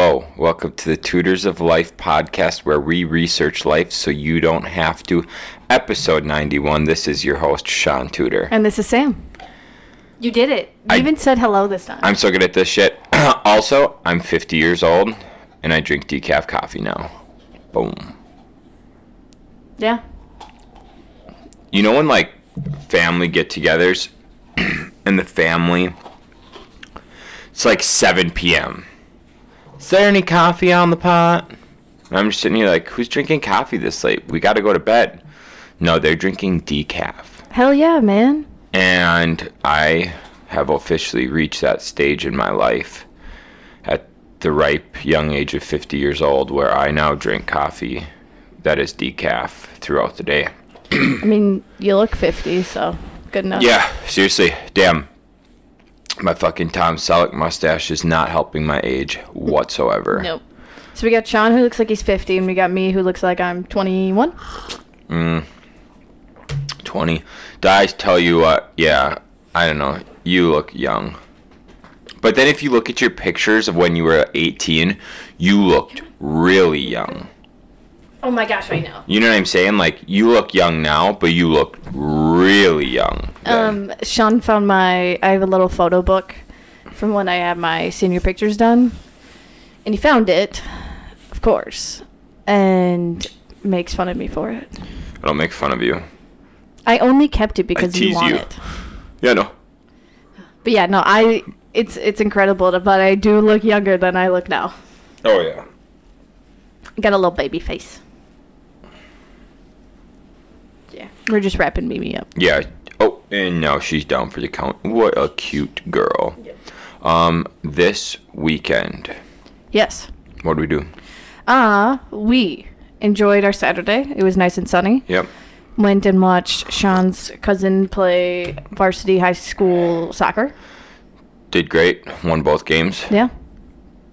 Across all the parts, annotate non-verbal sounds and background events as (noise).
welcome to the Tutors of Life podcast, where we research life so you don't have to. Episode 91. This is your host, Sean Tudor. And this is Sam. You did it. You I- even said hello this time. I'm so good at this shit. (clears throat) also, I'm 50 years old and I drink decaf coffee now. Boom. yeah. You know when like family get-togethers (clears throat) and the family it's like 7 p.m. Is there any coffee on the pot? And I'm just sitting here like, who's drinking coffee this late? We got to go to bed. No, they're drinking decaf. Hell yeah, man. And I have officially reached that stage in my life at the ripe young age of 50 years old where I now drink coffee that is decaf throughout the day. I mean, you look 50, so good enough. Yeah, seriously. Damn. My fucking Tom Selleck mustache is not helping my age whatsoever. Nope. So we got Sean who looks like he's 50, and we got me who looks like I'm 21. 20. Mm. Did I tell you what? Yeah, I don't know. You look young. But then if you look at your pictures of when you were 18, you looked really young. Oh my gosh, I know. You know what I'm saying? Like you look young now, but you look really young. then. Um, Sean found my. I have a little photo book from when I had my senior pictures done, and he found it, of course, and makes fun of me for it. I don't make fun of you. I only kept it because you tease want you. it. Yeah, no. But yeah, no, I it's it's incredible, but I do look younger than I look now. Oh yeah. Got a little baby face. Yeah, we're just wrapping Mimi up. Yeah. Oh, and now she's down for the count. What a cute girl. Um, this weekend, Yes. what do we do? Uh, we enjoyed our Saturday. It was nice and sunny. Yep. Went and watched Sean's cousin play varsity high school soccer. Did great. Won both games. Yeah.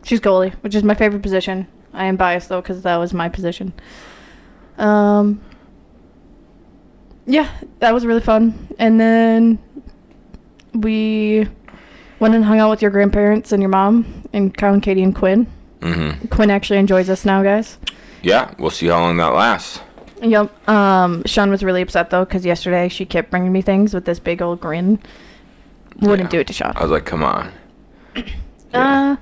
She's goalie, which is my favorite position. I am biased though because that was my position. Um. Yeah, that was really fun. And then we went and hung out with your grandparents and your mom and Colin, Katie, and Quinn. Mm-hmm. Quinn actually enjoys us now, guys. Yeah. We'll see how long that lasts. Yep. Um, Sean was really upset though because yesterday she kept bringing me things with this big old grin. Wouldn't Yeah. do it to Sean. I was like, come on. Uh,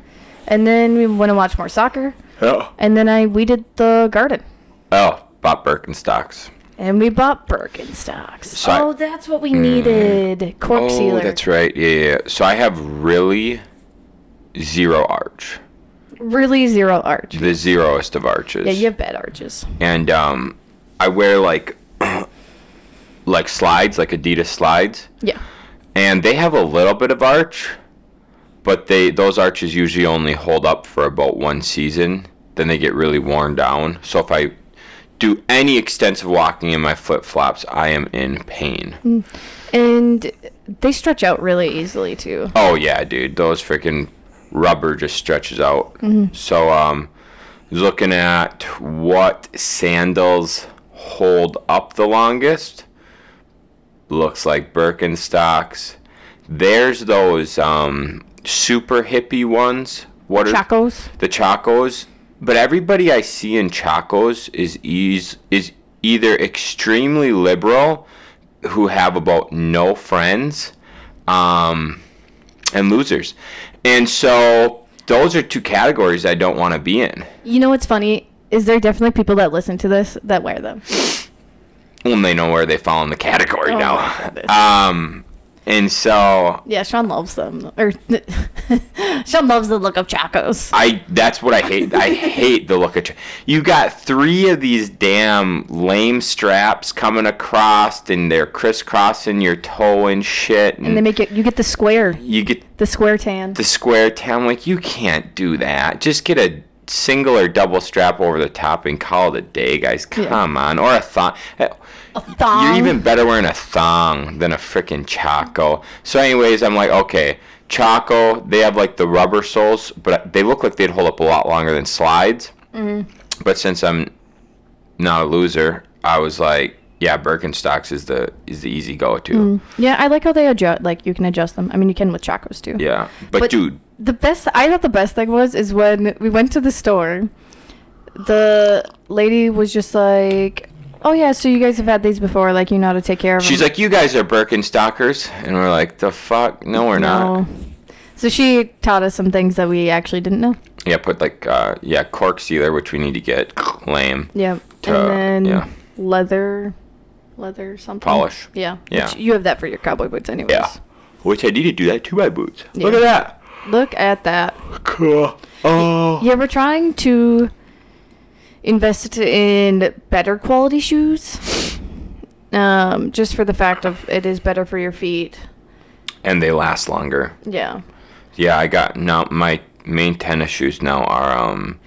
and then we went and watched more soccer. Oh. And then I weeded the garden. Oh, bought Birkenstocks. And we bought Birkenstocks. So I- oh, that's what we needed. Cork oh, sealer. that's right. Yeah, yeah. yeah. So I have really zero arch. Really zero arch. The zeroest of arches. Yeah, you have bad arches. and um, I wear like (clears throat) like slides, like Adidas slides, Yeah. and they have a little bit of arch, but they those arches usually only hold up for about one season. Then they get really worn down. So if I do any extensive walking in my flip flops, I am in pain. And they stretch out really easily, too. Oh yeah, dude, those freaking rubber just stretches out. So um, looking at what sandals hold up the longest, looks like Birkenstocks. There's those um super hippie ones. What are Chacos. the Chacos? But everybody I see in Chacos is ease is either extremely liberal, who have about no friends, um, and losers. And so those are two categories I don't want to be in. You know what's funny? Is there definitely people that listen to this that wear them? When they know where they fall in the category Oh my goodness. now. Um, and so Yeah, Sean loves them. Or (laughs) Sean loves the look of Chacos. I that's what I hate. I hate the look at you. You got three of these damn lame straps coming across, and they're crisscrossing your toe and shit. And, And they make it, you get the square, you get the square tan. the square town like you can't do that just get a single or double strap over the top and call it a day guys come Yeah. on or a thong A thong. you're even better wearing a thong than a freaking chaco so anyways i'm like okay chaco they have like the rubber soles but they look like they'd hold up a lot longer than slides Mm-hmm. but since i'm not a loser i was like yeah birkenstocks is the is the easy go-to Mm. Mm-hmm. Yeah, I like how they adjust. Like you can adjust them. I mean, you can with Chacos too. yeah but, But- dude the best I thought the best thing was is when we went to the store. The lady was just like, "Oh yeah, so you guys have had these before. Like you know how to take care of She's them." like, you guys are Birkenstockers, and we're like, the fuck? No, we're not. So she taught us some things that we actually didn't know. Yeah, put like, uh, yeah, cork sealer, which we need to get. Lame. Yeah. Uh, and then yeah. leather, leather something. Polish. Yeah. Yeah. Which you have that for your cowboy boots, anyways. Yeah. Which I need to do that to my boots. Look Yeah. at that. Look at that. Cool. Oh. You ever trying to invest in better quality shoes? Um, just for the fact of it is better for your feet. And they last longer. Yeah. Yeah, I got now my main tennis shoes now are um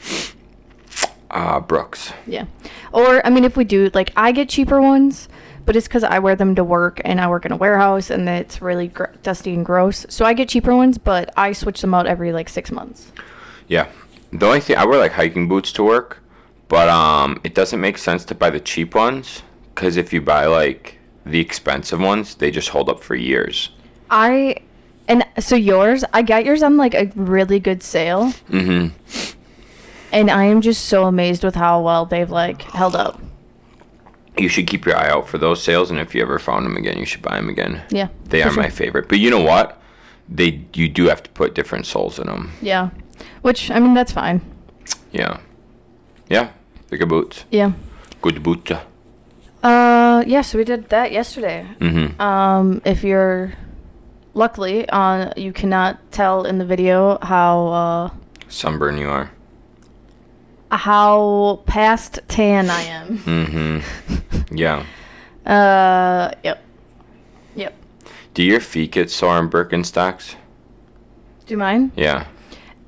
uh Brooks. Yeah. Or I mean if we do like I get cheaper ones, but it's cuz I wear them to work and I work in a warehouse and it's really gr- dusty and gross. So I get cheaper ones, but I switch them out every like 6 months. Yeah. The only thing I wear like hiking boots to work, but um it doesn't make sense to buy the cheap ones cuz if you buy like the expensive ones, they just hold up for years. I and so yours, I got yours on like a really good sale. Mhm. Mm-hmm. And I am just so amazed with how well they've like held up. You should keep your eye out for those sales and if you ever found them again, you should buy them again. Yeah. They for are sure. my favorite. But you know what? They you do have to put different soles in them. Yeah. Which I mean that's fine. Yeah. Yeah. They're good boots. Yeah. Good boots. Uh yeah, so we did that yesterday. Mhm. Um if you're luckily uh you cannot tell in the video how Sunburn you are. uh how past tan I am. Mm-hmm. (laughs) Yeah. Uh yep. Yep. Do your feet get sore in Birkenstocks? Do you mind? Yeah.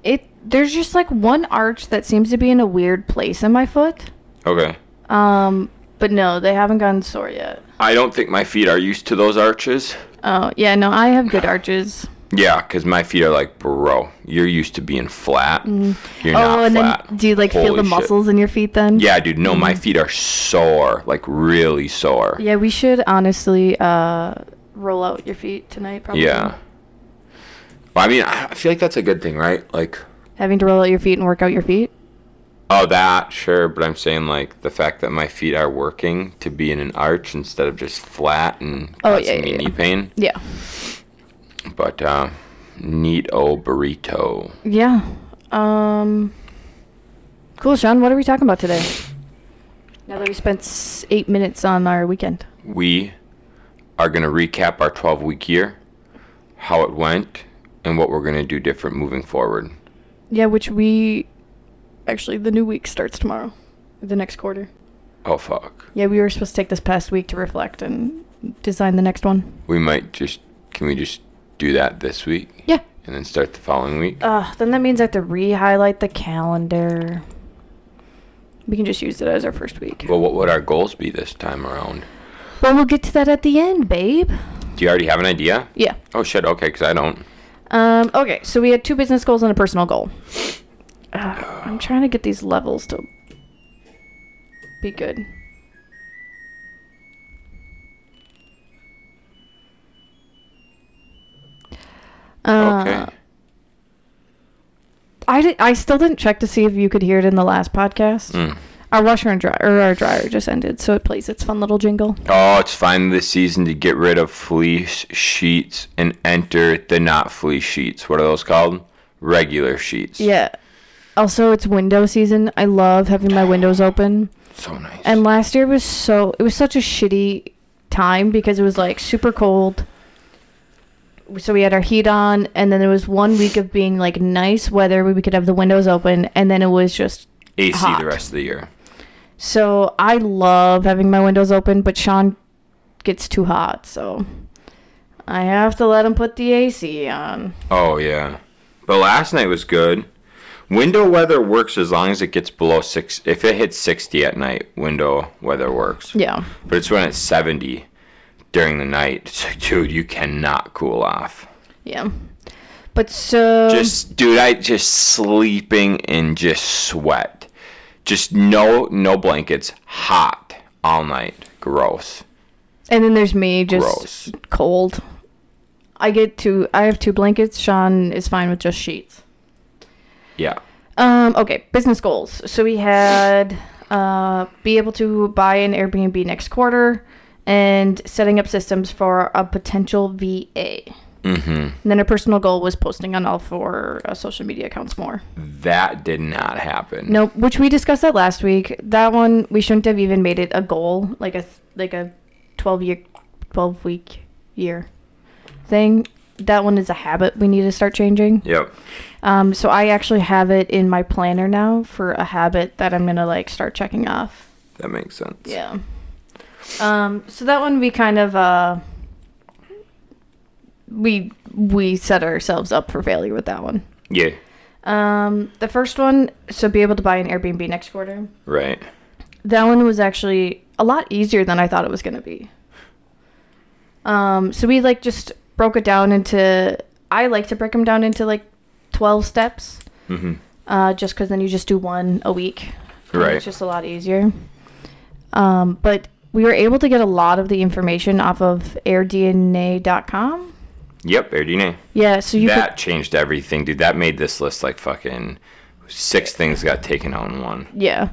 It there's just like one arch that seems to be in a weird place in my foot. Okay. Um but no, they haven't gotten sore yet. I don't think my feet are used to those arches. Oh, yeah, no, I have good arches. Yeah, because my feet are like, bro, you're used to being flat. You're Oh, not and flat. then do you like feel Holy the shit. muscles in your feet then? Mm. Yeah, dude. No, my Mm-hmm. feet are sore, like really sore. Yeah, we should honestly uh roll out your feet tonight probably. Yeah. Well, I mean, I I feel like that's a good thing, right? Like, Having to roll out your feet and work out your feet. oh, that sure, but I'm saying like the fact that my feet are working to be in an arch instead of just flat and Oh, causing yeah, me yeah, knee yeah. pain. Yeah. But uh, neat old burrito. Yeah. Um Cool, Sean, what are we talking about today? Now that we spent s- 8 minutes on our weekend. We are going to recap our 12 week year, how it went, and what we're going to do different moving forward. Yeah, which we actually the new week starts tomorrow. The next quarter. Oh, fuck. Yeah, we were supposed to take this past week to reflect and design the next one. We might just, can we just do that this week Yeah. and then start the following week? Uh, then that means I have to re-highlight the calendar. We can just use it as our first week. Well, what would our goals be this time around? But we'll get to that at the end, babe. Do you already have an idea? Yeah. Oh, shit. Okay, because I don't. Um, okay, so we had two business goals and a personal goal. Uh, I'm trying to get these levels to be good. Uh, Okay. I, di- I still didn't check to see if you could hear it in the last podcast. Mm. Our washer and dryer, or our dryer just ended, so it plays its fun little jingle. Oh, it's finally the season to get rid of fleece sheets and enter the not fleece sheets. What are those called? Regular sheets. Yeah. Also, it's window season. I love having my windows open. So nice. And last year was so it was such a shitty time because it was like super cold. So we had our heat on, and then there was one week of being like nice weather where we could have the windows open, and then it was just AC hot. the rest of the year. so. I love having my windows open, but Sean gets too hot, so I have to let him put the AC on. Oh yeah, but last night was good. Window weather works as long as it gets below six. If it hits sixty at night, window weather works. Yeah, But it's when it's seventy during the night. It's like, dude, you cannot cool off. yeah. But so Just, dude, I just sleeping and just sweat. Just no, no blankets. Hot all night. Gross. And then there's me just Gross. cold. I get two. I have two blankets. Sean is fine with just sheets. Yeah. Um, okay, business goals. So we had uh, be able to buy an Airbnb next quarter and setting up systems for a potential VA. Mm-hmm. And then her personal goal was posting on all four uh, social media accounts more. That did not happen. Nope, which we discussed that last week. That one we shouldn't have even made it a goal, like a like a twelve year, twelve week year thing. That one is a habit we need to start changing. Yep. Um, so I actually have it in my planner now for a habit that I'm gonna like start checking off. That makes sense. Yeah. Um, so that one we kind of uh, we we set ourselves up for failure with that one. Yeah. Um, the first one, so be able to buy an Airbnb next quarter. Right. That one was actually a lot easier than I thought it was going to be. Um, so we like just broke it down into. I like to break them down into like twelve steps, Mm-hmm. uh, just because then you just do one a week. And Right. It's just a lot easier. Um, but we were able to get a lot of the information off of AirDNA.com. Yep. Airdina. Yeah, so you could- That changed everything, dude. That made this list like fucking six things got taken out in one. Yeah.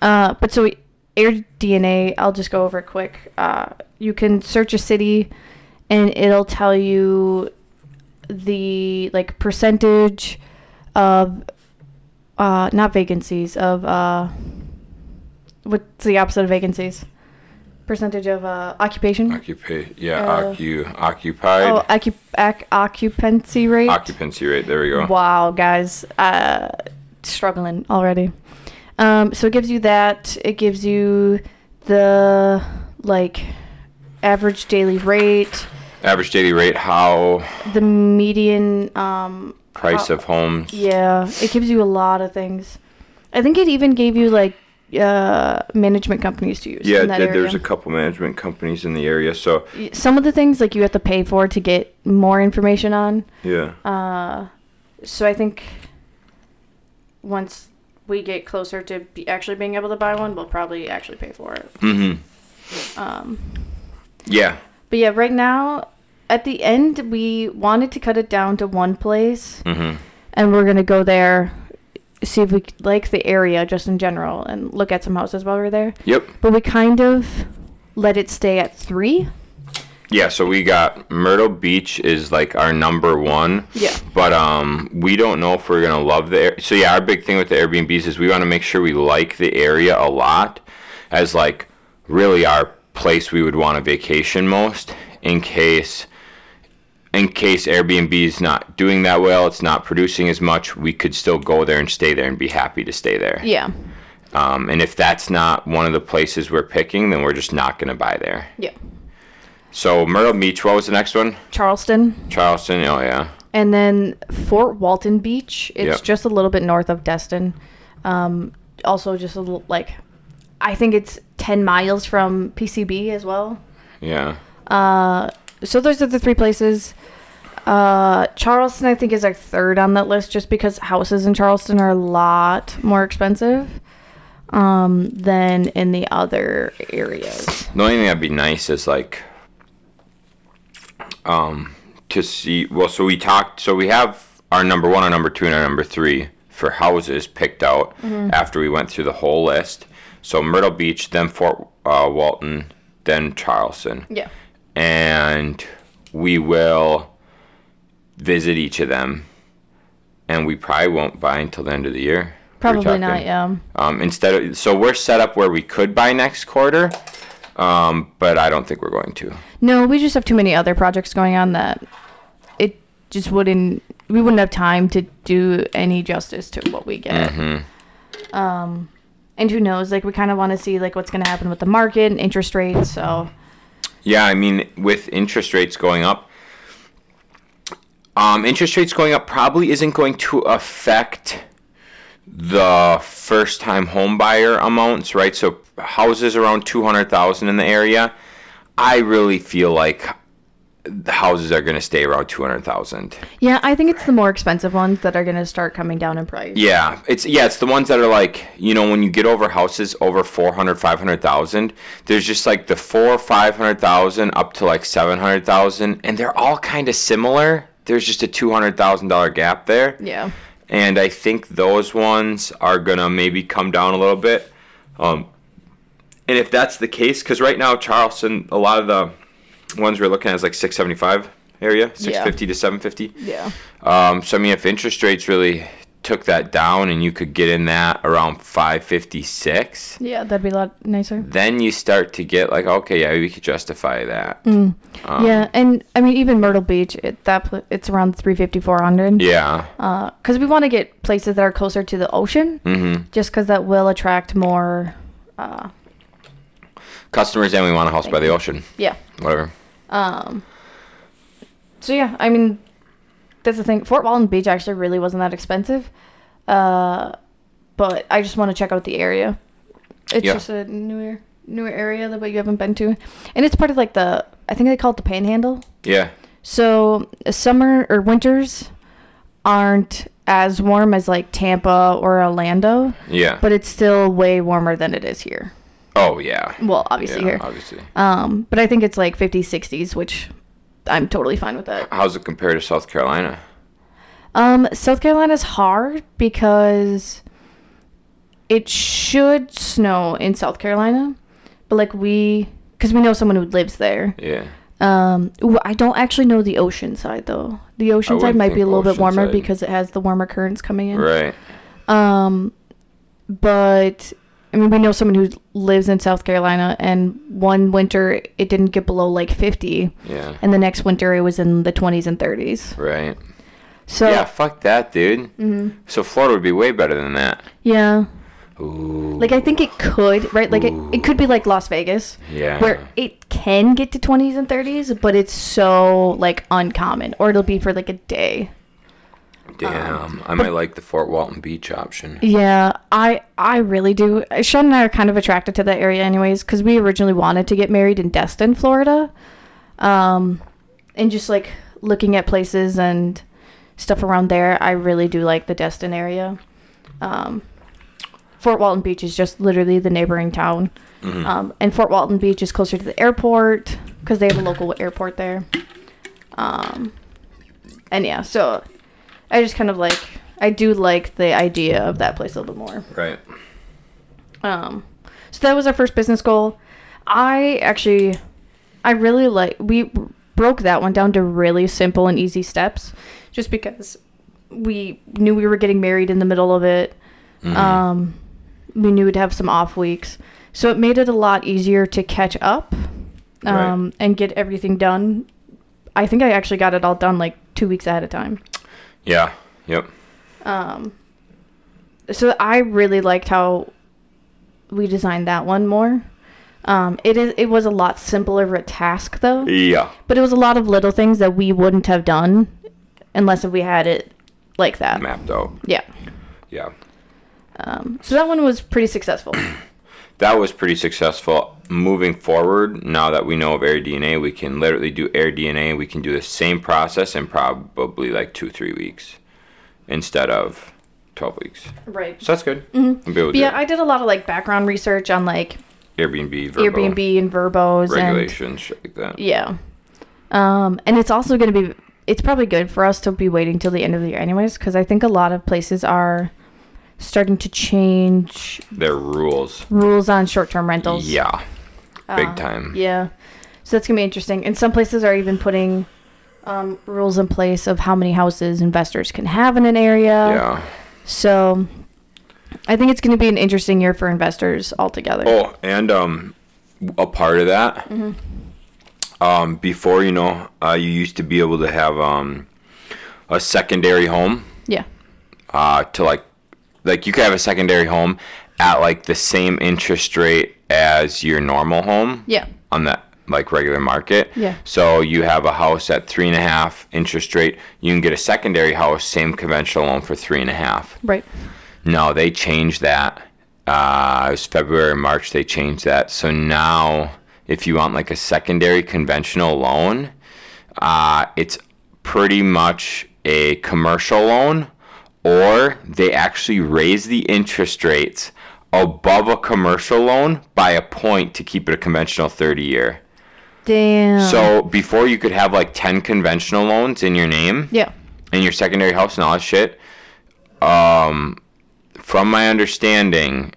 Uh, but so air DNA, I'll just go over it quick. Uh, you can search a city and it'll tell you the like percentage of uh, not vacancies of uh, what's the opposite of vacancies? Percentage of uh, occupation? Occupy. Yeah. Uh, occu- occupied. Oh, occup- ac- occupancy rate. Occupancy rate. There we go. Wow, guys, uh, struggling already. Um, so it gives you that. It gives you the like average daily rate, Average daily rate. How the median. Um, price Uh, of homes. yeah, it gives you a lot of things. I think it even gave you like uh, management companies to use. Yeah, in that th- there's a area. couple management companies in the area, so Some of the things like you have to pay for to get more information on. yeah. Uh, so I think once we get closer to be actually being able to buy one, we'll probably actually pay for it. Mm-hmm. Um, Yeah. but yeah, right now, at the end, we wanted to cut it down to one place, Mm-hmm. and we're gonna go there, see if we c- like the area just in general, and look at some houses while we're there. Yep. But we kind of let it stay at three. Yeah, so we got Myrtle Beach is like our number one. Yeah. But um, we don't know if we're gonna love the. Air- so yeah, our big thing with the Airbnbs is we want to make sure we like the area a lot, as like really our place we would want to vacation most. In case, in case Airbnb is not doing that well, it's not producing as much, we could still go there and stay there and be happy to stay there. Yeah. Um, and if that's not one of the places we're picking, then we're just not gonna buy there. Yeah. So Myrtle Beach. What was the next one? Charleston. Charleston. Oh yeah. And then Fort Walton Beach, it's Yep. just a little bit north of Destin. Um, also, just a little like, I think it's 10 miles from PCB as well. Yeah. Uh, so, those are the three places. Uh, Charleston, I think, is like third on that list just because houses in Charleston are a lot more expensive um, than in the other areas. The only thing that'd be nice is like, um, to see. Well, so we talked. So we have our number one, our number two, and our number three for houses picked out Mm-hmm. after we went through the whole list. So Myrtle Beach, then Fort uh, Walton, then Charleston, Yeah. and we will visit each of them. And we probably won't buy until the end of the year. We were Probably not, talking. yeah. Um, instead of so we're set up where we could buy next quarter, um, but I don't think we're going to. No, we just have too many other projects going on that it just wouldn't. We wouldn't have time to do any justice to what we get. Mm-hmm. Um, and who knows? Like we kind of want to see like what's going to happen with the market and interest rates. So Yeah, I mean with interest rates going up, um, interest rates going up probably isn't going to affect the first time home buyer amounts, right? So houses around two hundred thousand in the area, I really feel like the houses are going to stay around 200,000. Yeah, I think it's the more expensive ones that are going to start coming down in price. Yeah, it's yeah, it's the ones that are like, you know, when you get over houses over 400, 500,000, there's just like the 4 500,000 up to like 700,000 and they're all kind of similar. There's just a $200,000 gap there. Yeah. And I think those ones are going to maybe come down a little bit. Um and if that's the case cuz right now Charleston a lot of the ones we're looking at is like 675 area, 650 to 750. Yeah. Um, so I mean, if interest rates really took that down and you could get in that around 556, Yeah, that'd be a lot nicer. then you start to get like, okay, yeah, we could justify that. Mm-hmm. Mm. Um. yeah, and I mean even Myrtle Beach, it, that pl- it's around 350 400. Yeah, Cuz Uh, we want to get places that are closer to the ocean. Mm-hmm. Just cuz that will attract more uh, customers, and we want a house by the ocean, yeah. um, whatever. So yeah, I mean, that's the thing. Fort Walton Beach actually really wasn't that expensive, uh, but I just want to check out the area. It's Yeah. just a newer newer area that you haven't been to, and it's part of like the I think they call it the Panhandle. Yeah, So uh, summer or winters aren't as warm as like Tampa or Orlando, yeah. but it's still way warmer than it is here. oh yeah, Well, obviously yeah, here. obviously. Um, but I think it's like 50s, 60s, which I'm totally fine with that. How's it compare to South Carolina? Um, South Carolina's hard because it should snow in South Carolina, but like we, because we know someone who lives there. Yeah, Um, ooh, I don't actually know the ocean side though. The ocean side wouldn't might be a think little bit ocean warmer side. because it has the warmer currents coming in. right. Um, But I mean, we know someone who lives in South Carolina, and one winter it didn't get below like 50, Yeah, and the next winter it was in the 20s and 30s. right. So yeah, fuck that, dude. Mm-hmm. So Florida would be way better than that. yeah. Ooh, Like I think it could, right? Like it, it could be like Las Vegas, yeah. where it can get to 20s and 30s, but it's so like uncommon, or it'll be for like a day. Damn, I might like the Fort Walton Beach option. Um, Yeah, I I really do. Sean and I are kind of attracted to that area, anyways, because we originally wanted to get married in Destin, Florida, um, and just like looking at places and stuff around there, I really do like the Destin area. Um, Fort Walton Beach is just literally the neighboring town, um, and Fort Walton Beach is closer to the airport because they have a local airport there. Um, and yeah, so I just kind of like I do like the idea of that place a little bit more. Right. Um, so that was our first business goal. I actually, I really like we broke that one down to really simple and easy steps, just because we knew we were getting married in the middle of it. Mm-hmm. Um, we knew we'd have some off weeks, so it made it a lot easier to catch up, um, and get everything done. I think I actually got it all done like two weeks ahead of time. Yeah. Yep. Um, so I really liked how we designed that one more. Um, it is it was a lot simpler of a task though, Yeah. but it was a lot of little things that we wouldn't have done unless if we had it like that. Mapped out. Yeah. Um, Yeah. So that one was (coughs) pretty successful. That was pretty successful. Moving forward, now that we know of air DNA, we can literally do air DNA. We can do the same process in probably like two, three weeks instead of 12 weeks. right. So that's good. Mm-hmm. I'll be able to But yeah, do I did a lot of like background research on like Airbnb, Verbo, Airbnb and verbos and regulations, shit like that. yeah. Um, and it's also going to be it's probably good for us to be waiting till the end of the year anyways cuz I think a lot of places are starting to change Their rules. rules on short-term rentals. Yeah. Big time. Yeah. So that's gonna be interesting. And some places are even putting um, rules in place of how many houses investors can have in an area. yeah. So I think it's gonna be an interesting year for investors altogether. Oh, and um, a part of that, Mm-hmm. um, before you know, uh, you used to be able to have um, a secondary home Yeah. uh, to like, like you could have a secondary home at like the same interest rate as your normal home. Yeah. On that like regular market. Yeah. So you have a house at three and a half interest rate. You can get a secondary house, same conventional loan for three and a half. Right. No, they changed that. Uh, it was February, March. They changed that. So now, if you want like a secondary conventional loan, Uh, it's pretty much a commercial loan, or they actually raise the interest rates above a commercial loan by a point to keep it a conventional 30 year. Damn. So before you could have like 10 conventional loans in your name yeah. and your secondary house and all that shit. Um, from my understanding,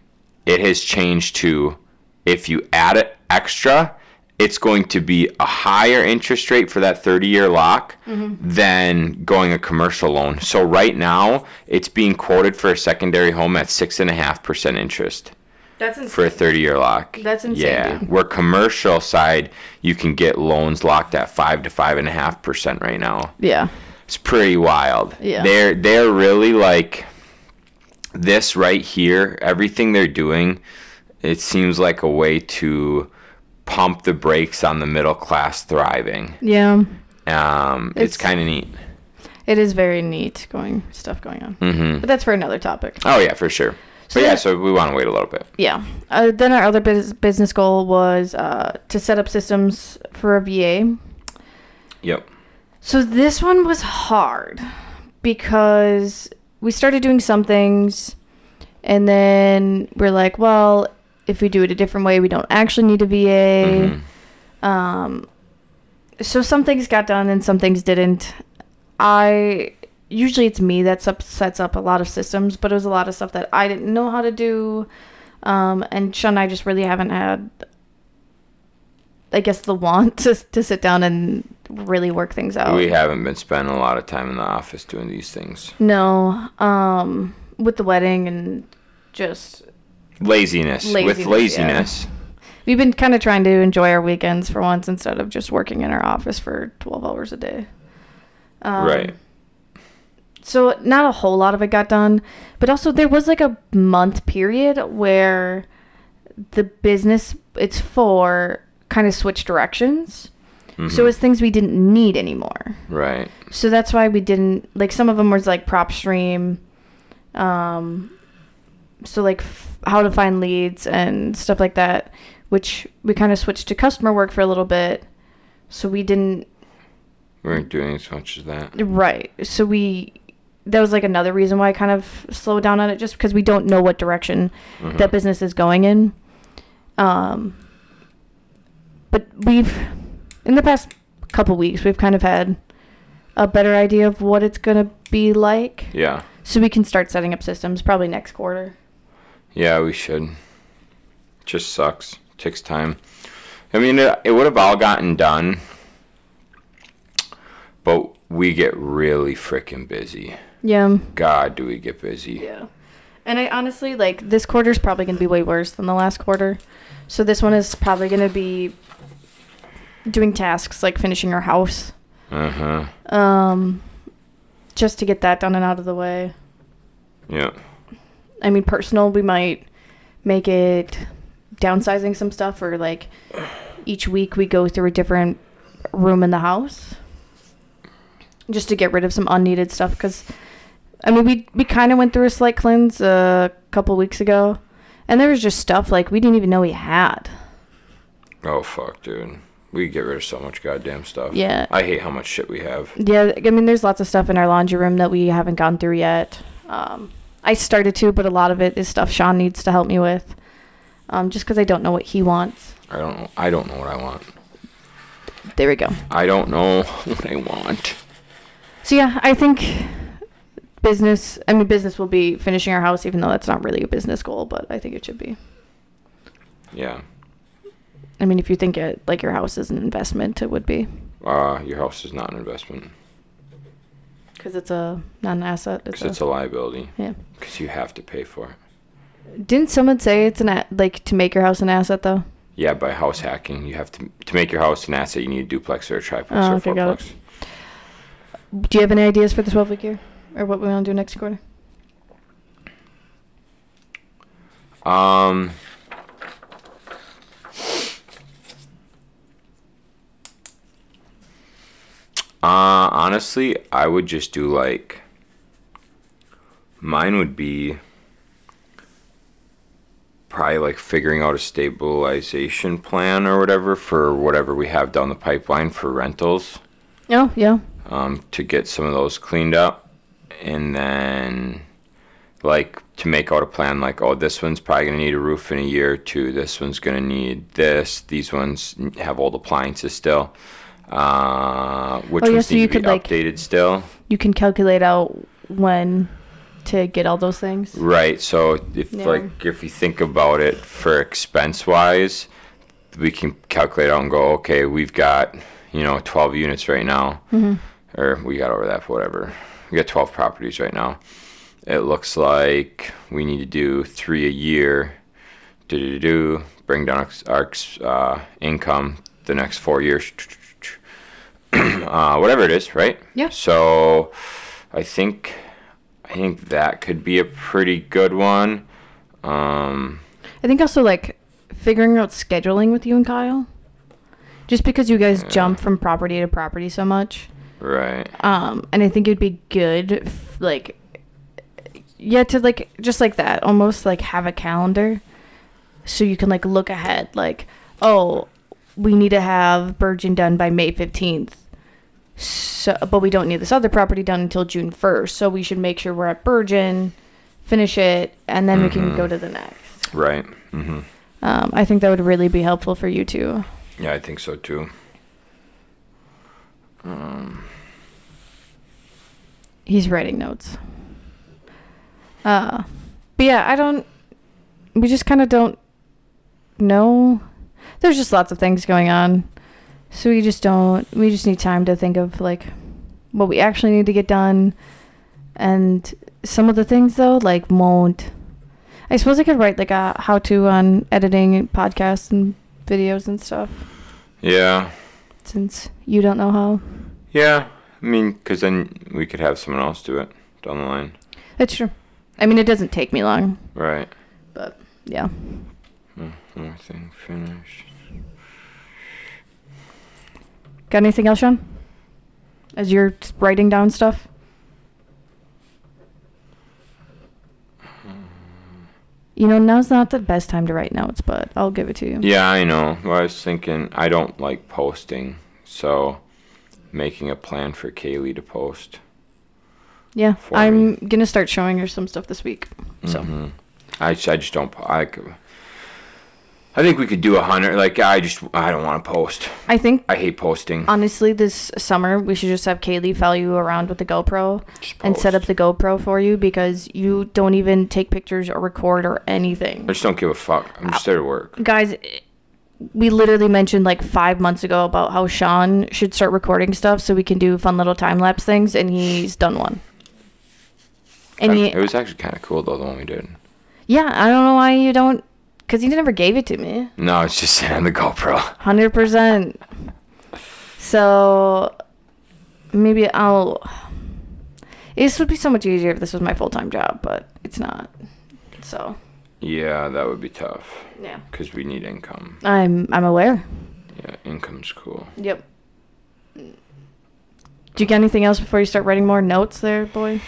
it has changed to if you add it extra, it's going to be a higher interest rate for that 30 year lock Mm-hmm. than going a commercial loan. So right now, it's being quoted for a secondary home at 6.5% interest That's for a 30 year lock. That's insane, Yeah. dude. Where commercial side, you can get loans locked at 5 to 5.5% right now. yeah. It's pretty wild. Yeah. They're they're really like this right here, everything they're doing, it seems like a way to pump the brakes on the middle class thriving. Yeah. Um, it's, It's- kind of neat. It is very neat going stuff going on. Mm-hmm. But that's for another topic. Oh yeah, for sure. So but yeah, there- so we want to wait a little bit. Yeah. Uh, then our other bus- business goal was uh, to set up systems for a VA. Yep. So this one was hard because we started doing some things and then we're like, well, if we do it a different way, we don't actually need a VA. Mhm. Um, so some things got done and some things didn't. I usually it's me that sup- sets up a lot of systems, but it was a lot of stuff that I didn't know how to do. Um, and Sean and I just really haven't had, I guess, the want (laughs) to, to sit down and really work things out. We haven't been spending a lot of time in the office doing these things. No, um, with the wedding and just Laziness. Laziness, With yeah. laziness. we've been kind of trying to enjoy our weekends for once instead of just working in our office for 12 hours a day. Um, right. so not a whole lot of it got done but also there was like a month period where the business it's for kind of switched directions so it's things we didn't need anymore Mm-hmm. Right. so that's why we didn't like some of them was like prop stream um so like f- how to find leads and stuff like that which we kind of switched to customer work for a little bit so we didn't We weren't doing as much as that. Right. So we that was like another reason why I kind of slowed down on it just because we don't know what direction that business is going in. Um but we've in the past couple weeks we've kind of had a better idea of what it's going to be like Yeah. so we can start setting up systems probably next quarter. Yeah, we should. Just sucks. Takes time. I mean, it, it would have all gotten done, but we get really freaking busy. Yeah. God, do we get busy? Yeah. And I honestly like this quarter's probably going to be way worse than the last quarter. So this one is probably going to be doing tasks like finishing our house Uh huh. um just to get that done and out of the way. Yeah. I mean, personal, we might make it downsizing some stuff or like each week we go through a different room in the house just to get rid of some unneeded stuff cuz I mean, we we kind of went through a slight cleanse uh, a couple weeks ago and there was just stuff like we didn't even know we had. Oh, fuck, dude. We get rid of so much goddamn stuff. Yeah. I hate how much shit we have. Yeah, I mean, there's lots of stuff in our laundry room that we haven't gone through yet. Um, I started to, but a lot of it is stuff Sean needs to help me with, um, just because I don't know what he wants. I don't know. I don't know what I want. There we go. I don't know (laughs) what I want. So yeah, I think business. I mean, business will be finishing our house, even though that's not really a business goal, but I think it should be. Yeah. I mean, if you think it like your house is an investment, it would be Uh, your house is not an investment because it's a not an asset. It's because a, it's a liability yeah. because you have to pay for it. Didn't someone say it's an a- like to make your house an asset though? Yeah, by house hacking, you have to to make your house an asset. You need a duplex or a triplex Oh, or a okay, got it. fourplex. Do you have any ideas for the 12 week year or what we want to do next quarter? Um, uh, honestly, I would just do like. Mine would be probably like figuring out a stabilization plan or whatever for whatever we have down the pipeline for rentals. Oh, yeah. um, to get some of those cleaned up and then like to make out a plan like oh this one's probably going to need a roof in a year or two this one's going to need this these ones have old appliances still uh, which Oh, yeah, ones so need you to could, be like- updated still You can calculate out when to get all those things. Right. So if Yeah. like if you think about it for expense wise, we can calculate out and go, okay, we've got you know 12 units right now, Mm-hmm. or we got over that but whatever. We got 12 properties right now. It looks like we need to do three a year. Do do do. Bring down ex- our ex- uh, income the next four years. (clears throat) uh, whatever it is, right? Yeah. So I think I think that could be a pretty good one. Um, I think also like figuring out scheduling with you and Kyle. Just because you guys jump from property to property so much. right. Um, and I think it'd be good, f- like, yeah, to like just like that, almost like have a calendar, so you can like look ahead, like, oh, we need to have Virgin done by May fifteenth. So, but we don't need this other property done until June first, so we should make sure we're at Virgin, finish it, and then we can go to the next. Right. hmm Um, I think that would really be helpful for you too. Yeah, I think so too. Um, He's writing notes. Uh, but yeah, I don't. We just kind of don't know. There's just lots of things going on, so we just don't. We just need time to think of like what we actually need to get done, and some of the things though like won't. I suppose I could write like a how to on editing and podcasts and videos and stuff Yeah. since you don't know how. Yeah. I mean, because then we could have someone else do it down the line. That's true. I mean, it doesn't take me long, Right. but yeah. Mm, One more thing finished. Got anything else, Sean? As you're t- writing down stuff? Um, You know, now's not the best time to write notes, but I'll give it to you. Yeah, I know. Well, I was thinking I don't like posting, so making a plan for Kaylee to post. Yeah, For I'm going to start showing her some stuff this week. So, Mhm. I, s- I just don't. po- I, c- I think we could do a hundred. Like I just I don't want to post. I think I hate posting. honestly this summer we should just have Kaylee follow you around with the GoPro Just and set up post. the GoPro for you because you don't even take pictures or record or anything. I just don't give a fuck. I'm just there to work. guys we literally mentioned like five months ago about how sean should start recording stuff so we can do fun little time lapse things and he's done one and he, it was actually kind of cool though the one we did. yeah i don't know why you don't because he never gave it to me No, it's just (laughs) on the GoPro. 100% so maybe i'll this would be so much easier if this was my full-time job but it's not so Yeah, that would be tough yeah because we need income. i'm i'm aware Yeah, income's cool. Yep. Do you get anything else before you start writing more notes there, boy?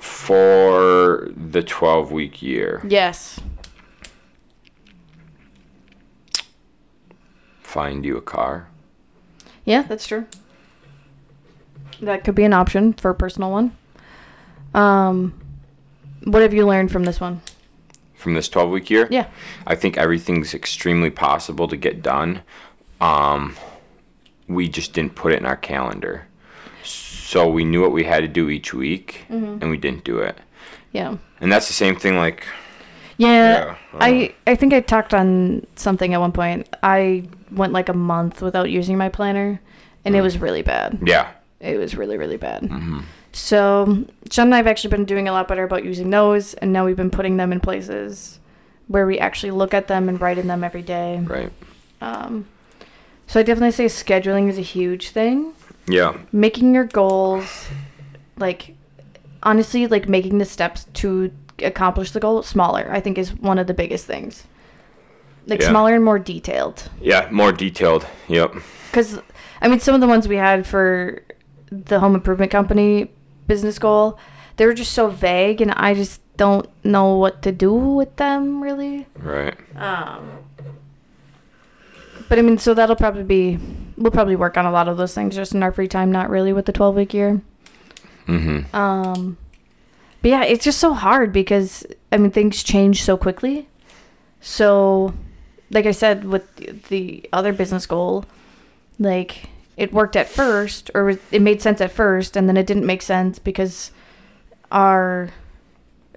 For the 12 week year, Yes. find you a car. Yeah, that's true. That could be an option for a personal one. Um, what have you learned from this one? From this 12 week year? Yeah. I think everything's extremely possible to get done. Um, we just didn't put it in our calendar. So we knew what we had to do each week Mm-hmm. and we didn't do it. Yeah. And that's the same thing like Yeah. Yeah, I I I think I talked on something at one point. I went like a month without using my planner, and it was really bad. yeah. Mm-hmm. It was really, really bad. So, Sean and I have actually been doing a lot better about using those, and now we've been putting them in places where we actually look at them and write in them every day. Right. Um, so, I definitely say scheduling is a huge thing. Yeah. Making your goals, like, honestly, like making the steps to accomplish the goal smaller, I think is one of the biggest things. Like, Yeah. smaller and more detailed. Yeah. More detailed. Yep. Because, I mean, some of the ones we had for the home improvement company business goal, they were just so vague, and I just don't know what to do with them really. Right. Um, but I mean, so that'll probably be we'll probably work on a lot of those things just in our free time, not really with the 12 week year. Mm-hmm. Um, but yeah, it's just so hard because I mean things change so quickly. So, like I said with the- the other business goal, like it worked at first, or was- it made sense at first, and then it didn't make sense because our,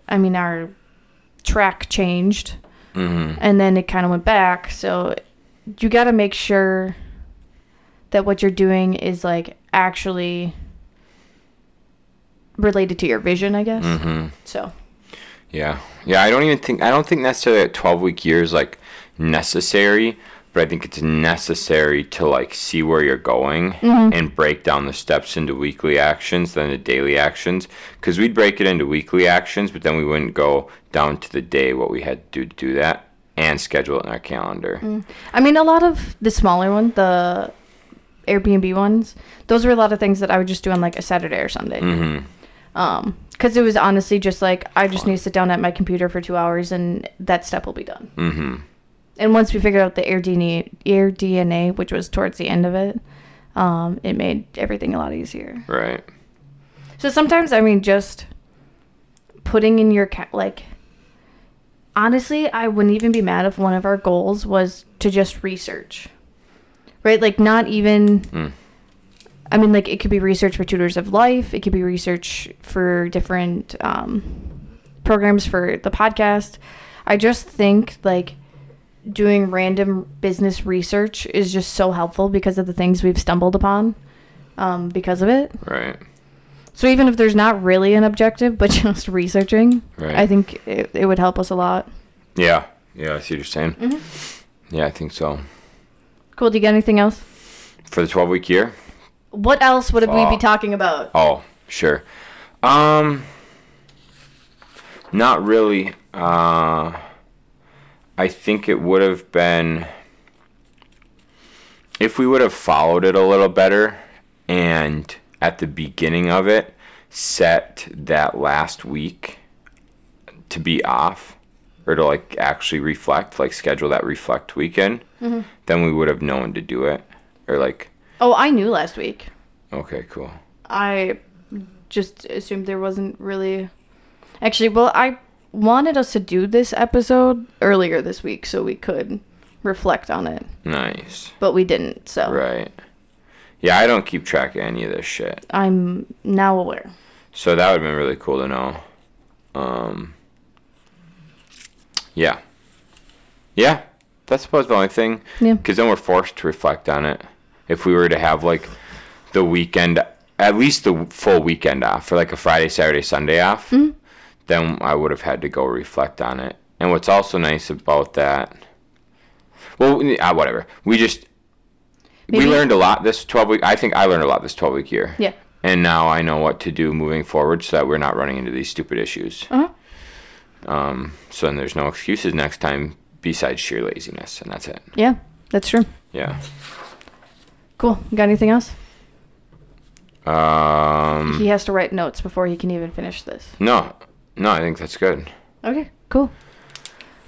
I mean our track changed, Mm-hmm. and then it kind of went back. So, you got to make sure that what you're doing is like actually related to your vision, I guess. Mm-hmm. So Yeah. Yeah, I don't even think I don't think necessarily a 12 week year is like necessary, but I think it's necessary to like see where you're going and break down the steps into weekly actions, then the daily actions cuz we'd break it into weekly actions, but then we wouldn't go down to the day what we had to do to do that and schedule it in our calendar. I mean, a lot of the smaller one, the Airbnb ones, those were a lot of things that I would just do on like a Saturday or Sunday. Mhm. Um, because it was honestly just like I just need to sit down at my computer for two hours and that step will be done. Mhm. And once we figured out the air DNA, air DNA, which was towards the end of it, um, it made everything a lot easier. Right. So sometimes, I mean, just putting in your ca- like. Honestly, I wouldn't even be mad if one of our goals was to just research, right? Like not even. Mm. I mean, like it could be research for tutors of life. It could be research for different um, programs for the podcast. I just think like doing random business research is just so helpful because of the things we've stumbled upon um, because of it. Right. So even if there's not really an objective, but (laughs) just researching, Right. I think it, it would help us a lot. Yeah. Yeah, I see what you're saying. Yeah, I think so. Cool. Do you get anything else? For the 12 week year? What else would we be Fuck. talking about? Oh, sure. Um, not really. Uh, I think it would have been if we would have followed it a little better and at the beginning of it set that last week to be off or to like actually reflect, like schedule that reflect weekend, then we would have known to do it. Or like, Oh, I knew last week. okay, cool. I just assumed there wasn't really. Actually, well, I wanted us to do this episode earlier this week so we could reflect on it, Nice. but we didn't. So Right. Yeah, I don't keep track of any of this shit. I'm now aware. So that would have been really cool to know. Um, yeah. Yeah. That's about the only thing. Yeah. Because then we're forced to reflect on it. If we were to have, like, the weekend, at least the full weekend off, for like a Friday, Saturday, Sunday off, Mm-hmm. then I would have had to go reflect on it. And what's also nice about that, well, uh, whatever. We just, Maybe- we learned a lot this 12 week. I think I learned a lot this 12 week year. Yeah. And now I know what to do moving forward so that we're not running into these stupid issues. Uh-huh. Um, so then there's no excuses next time besides sheer laziness. And that's it. Yeah, that's true. Yeah. Cool. You got anything else? Um, He has to write notes before he can even finish this. no, no, I think that's good. Okay, cool.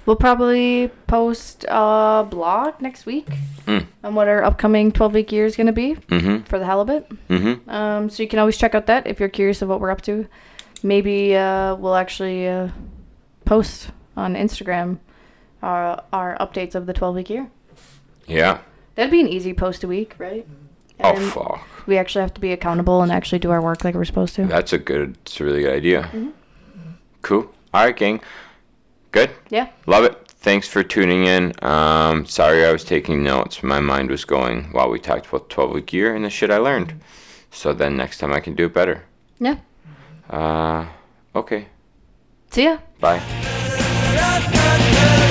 We'll probably post a blog next week Mm. on what our upcoming 12 week year is going to be Mm for the halibut. hmm. Mm Um, so you can always check out that if you're curious of what we're up to. Maybe uh, we'll actually uh, post on Instagram our, our updates of the 12 week year. hmm. Yeah. That'd be an easy post a week, right? Oh, And fuck. we actually have to be accountable and actually do our work like we're supposed to. Mm-hmm. That's a good, it's a really good idea. Cool. All right, gang. Good. yeah. Love it. Thanks for tuning in. Um, sorry I was taking notes. My mind was going while we talked about 12 week year and the shit I learned. So then next time I can do it better. Yeah. Uh, okay. See ya. Bye. da da da